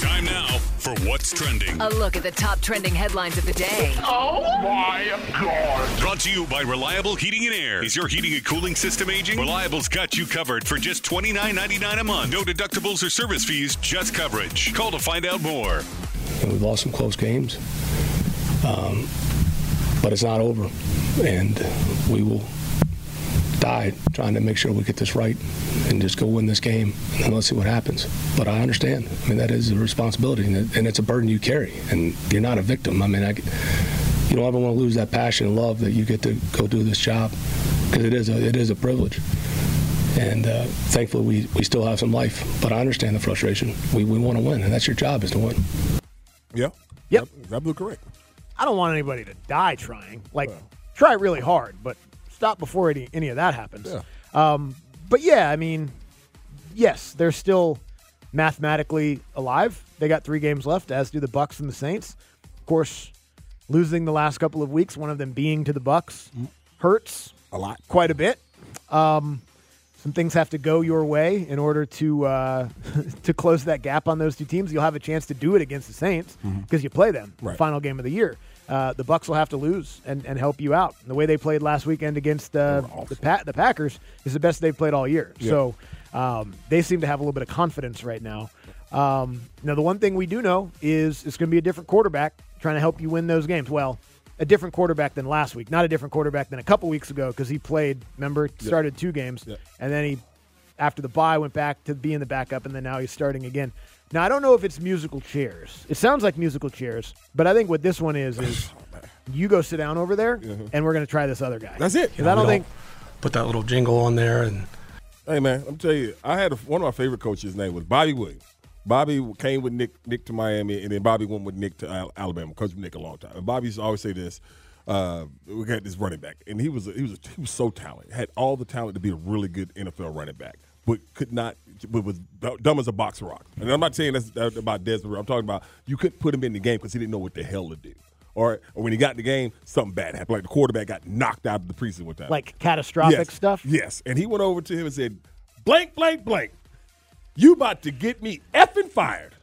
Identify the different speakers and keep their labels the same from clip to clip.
Speaker 1: time now for what's trending.
Speaker 2: A look at the top trending headlines of the day.
Speaker 1: Brought to you by Reliable Heating and Air. Is your heating and cooling system aging? Reliable's got you covered for just $29.99 a month. No deductibles or service fees, just coverage. Call to find out more.
Speaker 3: and we've lost some close games. Um, but it's not over, and we will die trying to make sure we get this right and just go win this game, and then let's see what happens. But I understand. I mean, that is a responsibility, and, it, and it's a burden you carry, and you're not a victim. I mean, I, you don't ever want to lose that passion and love that you get to go do this job because it is a, it is a privilege. And uh, thankfully, we, we still have some life. But I understand the frustration. We, we want to win, and that's your job is to win.
Speaker 4: Yeah.
Speaker 5: Yep.
Speaker 4: That, that blew correct.
Speaker 5: I don't want anybody to die trying. Like, try really hard, but stop before any, any of that happens.
Speaker 4: Yeah.
Speaker 5: Um, but yeah, I mean, yes, they're still mathematically alive. They got three games left, as do the Bucks and the Saints. Of course, losing the last couple of weeks, one of them being to the Bucks, hurts
Speaker 4: Mm. A lot.
Speaker 5: quite a bit. Um, some things have to go your way in order to uh, to close that gap on those two teams. You'll have a chance to do it against the Saints because you play them
Speaker 4: Right.
Speaker 5: final game of the year. Uh, the Bucks will have to lose and, and help you out. The way they played last weekend against uh, the pa- the Packers is the best they've played all year. So um, they seem to have a little bit of confidence right now. Um, now the one thing we do know is it's going to be a different quarterback trying to help you win those games. Well, a different quarterback than last week, not a different quarterback than a couple weeks ago because he played. Remember, started two games and then he after the bye went back to being the backup and then now he's starting again. Now I don't know if it's musical chairs. It sounds like musical chairs, but I think what this one is is you go sit down over there and we're gonna try this other guy.
Speaker 4: That's it.
Speaker 5: 'Cause I don't think
Speaker 3: Put that little jingle on there and
Speaker 4: Hey man, I'm tell you, I had a, one of my favorite coaches. His name was Bobby Williams. Bobby came with Nick Nick to Miami, and then Bobby went with Nick to Al- Alabama. Coached with Nick a long time. And Bobby used to always say this: uh, "We got this running back, and he was he was he was so talented. Had all the talent to be a really good NFL running back, but could not. But was du- dumb as a box of rock. And I'm not saying that's that- about Desmond. I'm talking about you couldn't put him in the game because he didn't know what the hell to do. Or, or when he got in the game, something bad happened. Like the quarterback got knocked out of the preseason one time.
Speaker 5: like catastrophic
Speaker 4: yes.
Speaker 5: stuff.
Speaker 4: Yes. And he went over to him and said, blank, blank, blank. You about to get me effing fired.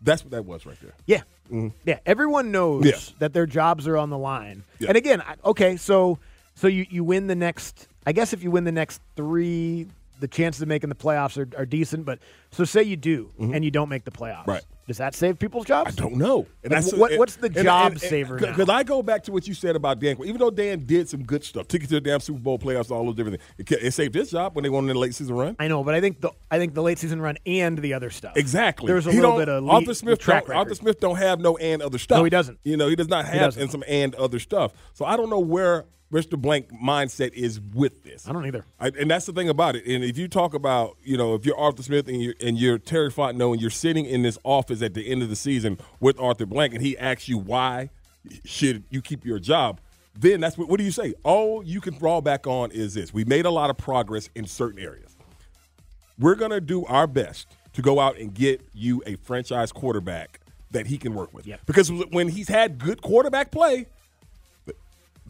Speaker 4: That's what that was right there. Mm-hmm.
Speaker 5: Yeah. Yeah. Everyone knows
Speaker 4: Yeah.
Speaker 5: that their jobs are on the line.
Speaker 4: Yeah.
Speaker 5: And again, I, okay, so so you, you win the next, I guess if you win the next three, the chances of making the playoffs are, are decent. But so say you do and you don't make the playoffs.
Speaker 4: Mm-hmm. Right.
Speaker 5: Does that save people's jobs?
Speaker 4: I don't know. And
Speaker 5: Like, what- what's the job saver now?
Speaker 4: Because I go back to what you said about Dan. Even though Dan did some good stuff, took it to the damn Super Bowl playoffs, all those different things, it, ca- it saved his job when they went in the late season run.
Speaker 5: I know, but I think the I think the late season run and the other stuff.
Speaker 4: Exactly.
Speaker 5: There's a
Speaker 4: He
Speaker 5: little
Speaker 4: don't-
Speaker 5: bit of
Speaker 4: Arthur
Speaker 5: lead-
Speaker 4: Smith.
Speaker 5: track
Speaker 4: don't, Arthur
Speaker 5: record.
Speaker 4: Smith don't have no and other stuff.
Speaker 5: No, he doesn't.
Speaker 4: You know, he does not have
Speaker 5: doesn't.
Speaker 4: and some and other stuff. So I don't know where Mr. Blank mindset is with this.
Speaker 5: I don't either.
Speaker 4: I, and that's the thing about it. And if you talk about, you know, if you're Arthur Smith and you're, and you're Terry Fontenot and you're sitting in this office at the end of the season with Arthur Blank and he asks you why should you keep your job, then that's what, what do you say? All you can draw back on is this. We made a lot of progress in certain areas. We're going to do our best to go out and get you a franchise quarterback that he can work with.
Speaker 5: Yep.
Speaker 4: Because when he's had good quarterback play,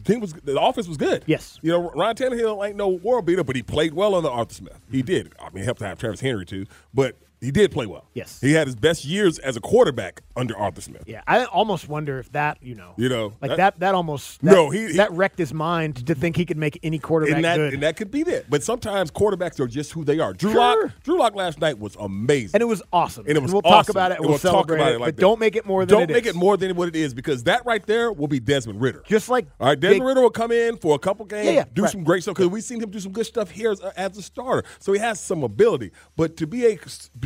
Speaker 4: team was the offense was good.
Speaker 5: Yes.
Speaker 4: you know Ron Tannehill ain't no world beater, but he played well under Arthur Smith. He
Speaker 5: Mm-hmm.
Speaker 4: did. I mean, he helped to have Travis Henry too, but he did play well.
Speaker 5: Yes.
Speaker 4: he had his best years as a quarterback under Arthur Smith.
Speaker 5: Yeah, I almost wonder if that, you know,
Speaker 4: You know,
Speaker 5: like
Speaker 4: that-
Speaker 5: that, that, almost, that,
Speaker 4: No, he- he-
Speaker 5: that wrecked his mind to think he could make any quarterback
Speaker 4: and that,
Speaker 5: good.
Speaker 4: and that could be that. But sometimes quarterbacks are just who they are. Drew
Speaker 5: Sure.
Speaker 4: Lock, Drew Lock last night was amazing,
Speaker 5: And it was awesome.
Speaker 4: And it was
Speaker 5: we'll talk
Speaker 4: awesome.
Speaker 5: about it.
Speaker 4: And
Speaker 5: We'll, celebrate
Speaker 4: like
Speaker 5: it. but
Speaker 4: that.
Speaker 5: don't make it more than
Speaker 4: don't
Speaker 5: it
Speaker 4: make it
Speaker 5: is.
Speaker 4: more than what it is because that right there will be Desmond Ritter.
Speaker 5: Just like
Speaker 4: all right, Desmond
Speaker 5: Big-
Speaker 4: Ritter will come in for a couple games,
Speaker 5: Yeah, yeah,
Speaker 4: do
Speaker 5: right.
Speaker 4: some great stuff because we've seen him do some good stuff here as a, as a starter. So he has some ability, but to be a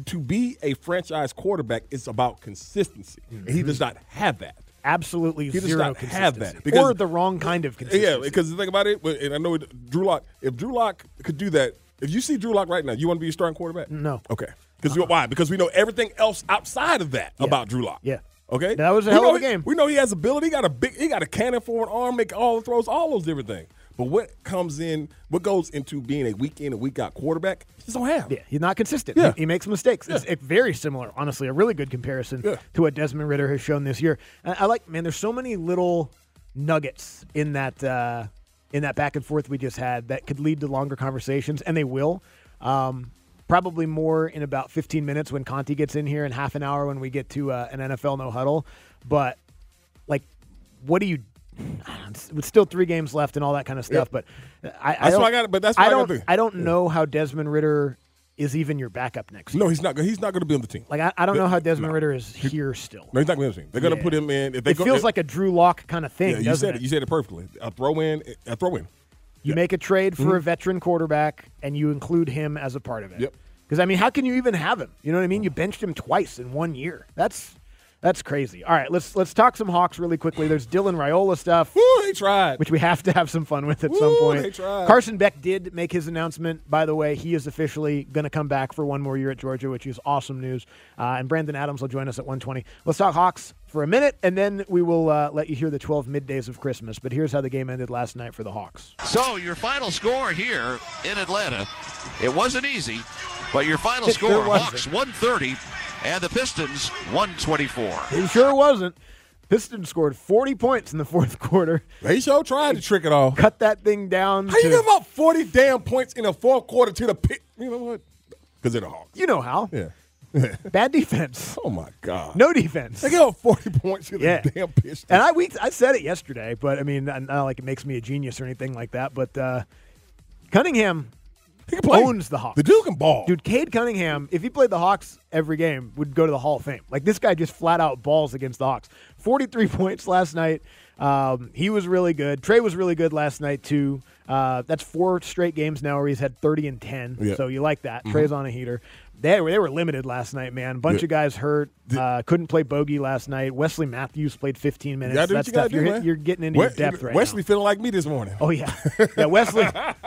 Speaker 4: to be a franchise quarterback is about consistency, and he does not have that.
Speaker 5: Mm-hmm. absolutely
Speaker 4: He does
Speaker 5: zero
Speaker 4: not have
Speaker 5: consistency,
Speaker 4: that, because-
Speaker 5: or the wrong kind of
Speaker 4: Yeah,
Speaker 5: consistency.
Speaker 4: because the thing about it, and I know it- Drew Lock. If Drew Lock could do that, if you see Drew Lock right now, you want to be your starting quarterback?
Speaker 5: No.
Speaker 4: Okay. Because why? Because we know everything else outside of that about Drew Lock.
Speaker 5: Yeah.
Speaker 4: Okay.
Speaker 5: That was a
Speaker 4: We
Speaker 5: hell
Speaker 4: know
Speaker 5: of a
Speaker 4: he-
Speaker 5: game.
Speaker 4: We know he has ability. He got a big. He got a cannon for an arm. Make all the throws. All those different things. But what comes in? What goes into being a week in and week out quarterback? He just don't have.
Speaker 5: Yeah, he's not consistent.
Speaker 4: Yeah.
Speaker 5: He, he makes mistakes. It's It's very similar, honestly, a really good comparison
Speaker 4: Yeah.
Speaker 5: to what Desmond Ritter has shown this year. I, I like, man, there's so many little nuggets in that uh, in that back and forth we just had that could lead to longer conversations, and they will. Um, probably more in about 15 minutes when Conti gets in here, and half an hour when we get to uh, an NFL no huddle. But like, what do you? With still three games left and all that kind of stuff, but I, I
Speaker 4: That's
Speaker 5: don't,
Speaker 4: why I gotta- but that's why
Speaker 5: I
Speaker 4: I gotta
Speaker 5: don't.
Speaker 4: think.
Speaker 5: I don't know how Desmond Ritter is even your backup next year.
Speaker 4: No, he's not. go- He's not going to be on the team.
Speaker 5: Like I, I don't know how Desmond
Speaker 4: No.
Speaker 5: Ritter is here still.
Speaker 4: No, he's not going to be on the team. They're going to
Speaker 5: Yeah.
Speaker 4: put him in. If they
Speaker 5: it
Speaker 4: go,
Speaker 5: feels
Speaker 4: if-
Speaker 5: like a Drew Lock kind of thing.
Speaker 4: Yeah, you
Speaker 5: doesn't
Speaker 4: said it. You said it perfectly. A throw in. A throw in.
Speaker 5: You make a trade for a veteran quarterback and you include him as a part of it.
Speaker 4: Mm-hmm. Yep.
Speaker 5: Because I mean, how can you even have him? You know what I mean? You benched him twice in one year. That's that's crazy. All right, let's let's talk some Hawks really quickly. There's Dylan Raiola stuff.
Speaker 4: Ooh, he tried.
Speaker 5: which we have to have some fun with at some
Speaker 4: Woo,
Speaker 5: point.
Speaker 4: they tried.
Speaker 5: Carson Beck did make his announcement, by the way. He is officially going to come back for one more year at Georgia, which is awesome news. Uh, and Brandon Adams will join us at 120. Let's talk Hawks for a minute, and then we will uh, let you hear the 12 middays of Christmas. But here's how the game ended last night for the Hawks.
Speaker 6: So your final score here in Atlanta, it wasn't easy, but your final
Speaker 5: It sure
Speaker 6: score:
Speaker 5: wasn't.
Speaker 6: Hawks 130 and the Pistons 124.
Speaker 5: It sure wasn't. Piston scored 40 points in the fourth quarter.
Speaker 4: They sure tried to trick it off.
Speaker 5: Cut that thing down.
Speaker 4: How you
Speaker 5: to-
Speaker 4: give up 40 damn points in the fourth quarter to the pit? You know what? Because they're the Hawks.
Speaker 5: you know how.
Speaker 4: Yeah.
Speaker 5: Bad defense.
Speaker 4: Oh, my God.
Speaker 5: No defense.
Speaker 4: They gave up 40 points to the
Speaker 5: yeah.
Speaker 4: damn Pistons.
Speaker 5: And I we I said it yesterday, but I mean, I- not like it makes me a genius or anything like that. But uh, Cunningham
Speaker 4: He can play.
Speaker 5: owns the Hawks.
Speaker 4: The dude can ball.
Speaker 5: Dude, Cade Cunningham, if he played the Hawks every game, would go to the Hall of Fame. Like this guy just flat out balls against the Hawks. Forty-three points last night. Um, he was really good. Trey was really good last night too. Uh, that's four straight games now where he's had thirty and ten.
Speaker 4: Yeah. Mm-hmm.
Speaker 5: So you like that? Trey's on a heater. They were, they were limited last night, man. Bunch
Speaker 4: Yeah.
Speaker 5: of guys hurt. Uh, couldn't play bogey last night. Wesley Matthews played 15 minutes.
Speaker 4: You gotta do
Speaker 5: That's
Speaker 4: what you gotta
Speaker 5: tough. you're,
Speaker 4: do,
Speaker 5: hit-
Speaker 4: man.
Speaker 5: you're getting into
Speaker 4: Wes-
Speaker 5: your depth right
Speaker 4: Wesley
Speaker 5: now.
Speaker 4: feeling like me this morning.
Speaker 5: Oh yeah, yeah. Wesley.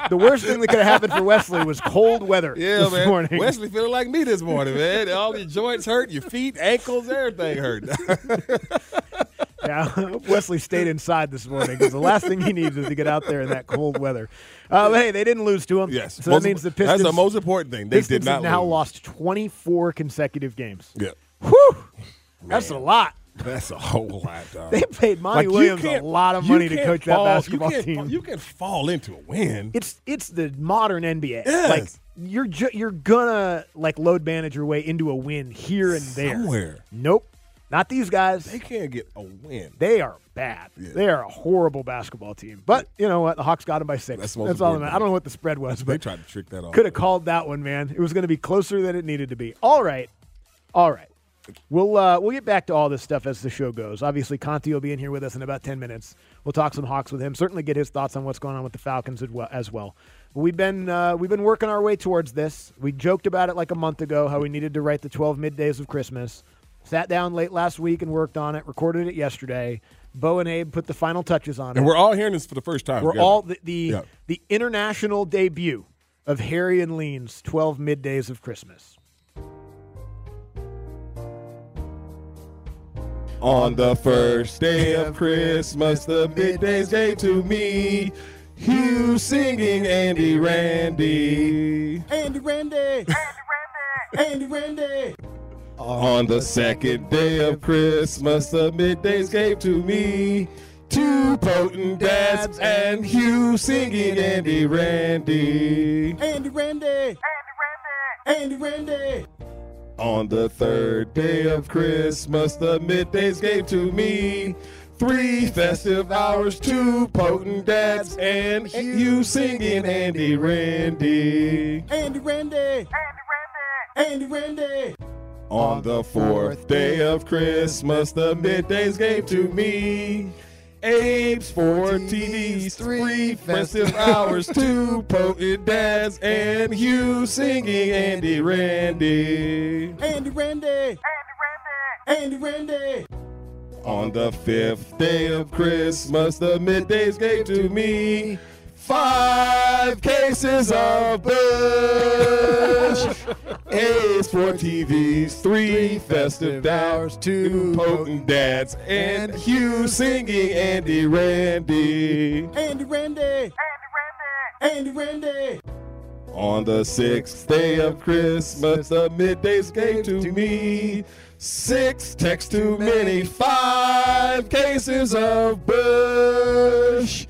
Speaker 5: the worst thing that could have happened for Wesley was cold weather
Speaker 4: yeah,
Speaker 5: this
Speaker 4: man.
Speaker 5: morning.
Speaker 4: Wesley feeling like me this morning, man. All your joints hurt, your feet, ankles, everything hurt.
Speaker 5: Yeah, Wesley stayed inside this morning because the last thing he needs is to get out there in that cold weather. Uh, but hey, they didn't lose to him.
Speaker 4: yes.
Speaker 5: so
Speaker 4: Most-
Speaker 5: that means the
Speaker 4: That's
Speaker 5: Pistons.
Speaker 4: the most important thing. They did
Speaker 5: Pistons
Speaker 4: not
Speaker 5: have now
Speaker 4: lose.
Speaker 5: lost 24 consecutive games.
Speaker 4: Yeah.
Speaker 5: Whew, that's a lot.
Speaker 4: That's a whole lot, dog.
Speaker 5: They paid Monty
Speaker 4: you
Speaker 5: Williams a
Speaker 4: can't-
Speaker 5: lot of
Speaker 4: you
Speaker 5: money to
Speaker 4: can't
Speaker 5: coach that
Speaker 4: fall-
Speaker 5: basketball
Speaker 4: you can't-
Speaker 5: team.
Speaker 4: You can fall into a win.
Speaker 5: It's it's the modern NBA.
Speaker 4: Yes.
Speaker 5: Like you're ju- you're gonna like load manage your way into a win here and there.
Speaker 4: Somewhere.
Speaker 5: Nope, not these guys.
Speaker 4: they can't get a win.
Speaker 5: They are bad. They are a horrible basketball team. But you know what? The Hawks got them by
Speaker 4: That's
Speaker 5: six. That's,
Speaker 4: the most
Speaker 5: all that
Speaker 4: important
Speaker 5: matters. I don't know what the spread was,
Speaker 4: They
Speaker 5: but
Speaker 4: tried to trick that off.
Speaker 5: could have called that one, man. It was going to be closer than it needed to be. All right, all right. We'll uh, we'll get back to all this stuff as the show goes. Obviously, Conti will be in here with us in about ten minutes. We'll talk some Hawks with him. Certainly, get his thoughts on what's going on with the Falcons as well. As well. But we've been uh, we've been working our way towards this. We joked about it like a month ago how we needed to write the twelve middays of Christmas. Sat down late last week and worked on it. Recorded it yesterday. Bo and Abe put the final touches on it.
Speaker 4: And we're all hearing this for the first time.
Speaker 5: We're
Speaker 4: together.
Speaker 5: all the the,
Speaker 4: Yeah.
Speaker 5: the international debut of Harry and Lean's 12 Middays of Christmas.
Speaker 4: On the first day of Christmas, the middays gave to me. Hugh singing Andy Randy. Andy Randy. Andy Randy. Andy Randy. On the second day of Christmas, the middays gave to me. Two potent dads and Hugh singing Andy Randy. Andy Randy. Andy Randy. Andy Randy.
Speaker 5: On the third day of Christmas, the middays gave to me three festive hours, two potent dads, and you singing Andy Randy.
Speaker 7: Andy Randy. Andy Randy. Andy Randy.
Speaker 5: On the fourth day of Christmas, the middays gave to me. Apes for TVs, three festive hours, two potent dads, and you singing Andy Randy.
Speaker 7: Andy Randy. Andy Randy. Andy Randy.
Speaker 5: On the fifth day of Christmas, the middays gave to me five cases of Bush. A's for TVs, three festive hours, two potent dads, and you singing Andy Randy.
Speaker 7: Andy Randy. Andy Randy. Andy Randy.
Speaker 5: On the sixth day of Christmas, the middays gave to me six texts too many, five cases of Bush.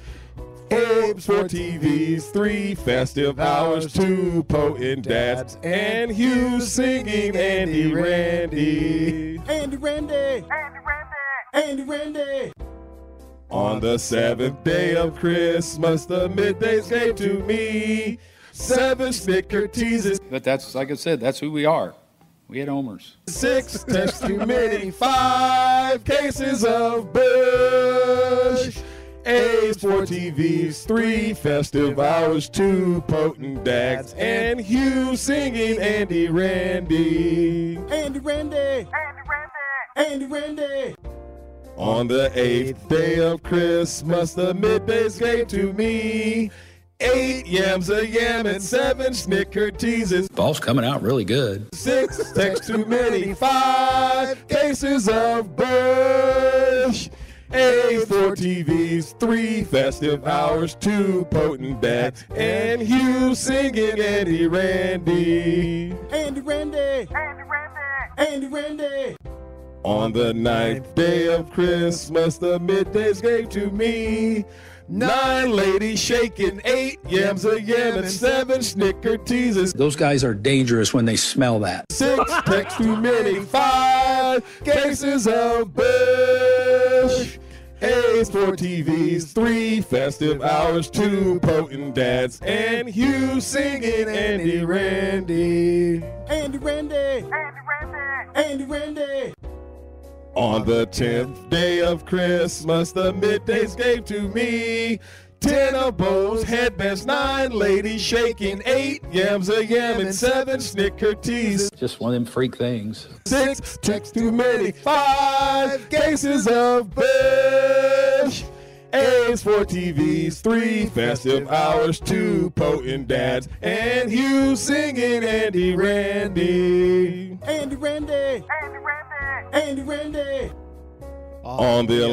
Speaker 5: Apes for TVs, three festive hours, two potent dads, and Hugh singing Andy Randy.
Speaker 7: Andy Randy. Andy Randy. Andy Randy.
Speaker 5: On the seventh day of Christmas, the middays gave to me seven snicker teases.
Speaker 8: But that's, like I said, that's who we are. We had homers.
Speaker 5: Six texts too many, five cases of Bush. A's, four TVs, three festive hours, two potent dads, and Hugh singing Andy Randy.
Speaker 7: Andy Randy. Andy Randy. Andy Randy.
Speaker 5: On the eighth day of Christmas, the middays gave to me eight yams a yam and seven snicker teases.
Speaker 8: Ball's coming out really good.
Speaker 5: Six texts too many, five cases of Bush. A's, four TVs, three festive hours, two potent dads, and Hugh singing Andy Randy.
Speaker 7: Andy Randy. Andy Randy. Andy Randy.
Speaker 5: On the ninth day of Christmas, the middays gave to me. Nine ladies shaking, eight yams a yam, and seven snicker teases.
Speaker 8: Those guys are dangerous when they smell that.
Speaker 5: Six texts too many, five cases of Bush. A's, four TVs, three festive hours, two potent dads, and Hugh singing Andy Randy.
Speaker 7: Andy Randy. Andy Randy. Andy Randy.
Speaker 5: On the tenth day of Christmas, the middays gave to me ten of bows, headbands, nine ladies shaking, eight yams a yam, and seven snicker teas.
Speaker 8: Just one of them freak things.
Speaker 5: Six texts too many, five cases of Bush. A's, four TVs, three festive hours, two potent dads, and you singing Andy Randy.
Speaker 7: Andy Randy. Andy Randy. Andy Randy.
Speaker 5: On the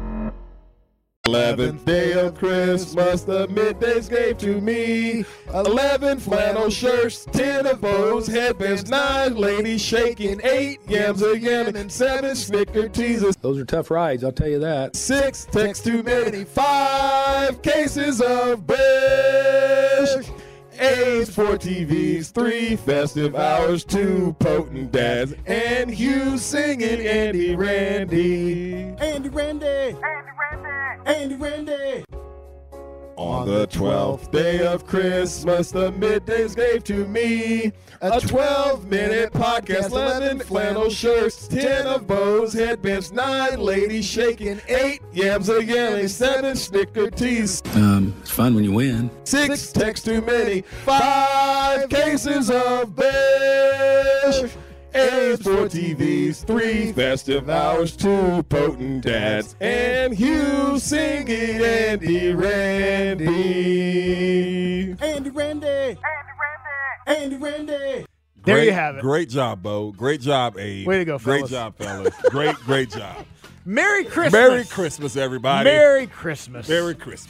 Speaker 5: Eleventh day of Christmas, the middays gave to me. Eleven flannel shirts, ten of those headbands, nine ladies shaking, eight yams a yam, and seven snicker teases.
Speaker 9: Those are tough rides, I'll tell you that.
Speaker 5: Six texts too many, five cases of Bish. Eight, four TVs, three festive hours, two potent dads, and Hugh singing Andy Randy.
Speaker 10: Andy Randy. Andy Randy. Andy Randy.
Speaker 5: On the twelfth day of Christmas, the middays gave to me a twelve-minute podcast, eleven flannel shirts, ten of bows, headbands, nine ladies shaking, eight yams a yelling, seven snicker teas,
Speaker 11: Um, it's fun when you win.
Speaker 5: six texts too many, five cases of Bish. Eight, four TVs, three festive hours, two potent dads, and Hugh singing Andy Randy.
Speaker 10: Andy Randy. Andy Randy. Andy Randy.
Speaker 12: There
Speaker 4: Great-
Speaker 12: you have it.
Speaker 4: Great job, Bo. Great job, Abe.
Speaker 12: Way to go,
Speaker 4: Great
Speaker 12: fellas.
Speaker 4: job, fellas. great, great job.
Speaker 12: Merry Christmas.
Speaker 4: Merry Christmas, everybody.
Speaker 12: Merry Christmas.
Speaker 4: Merry Christmas.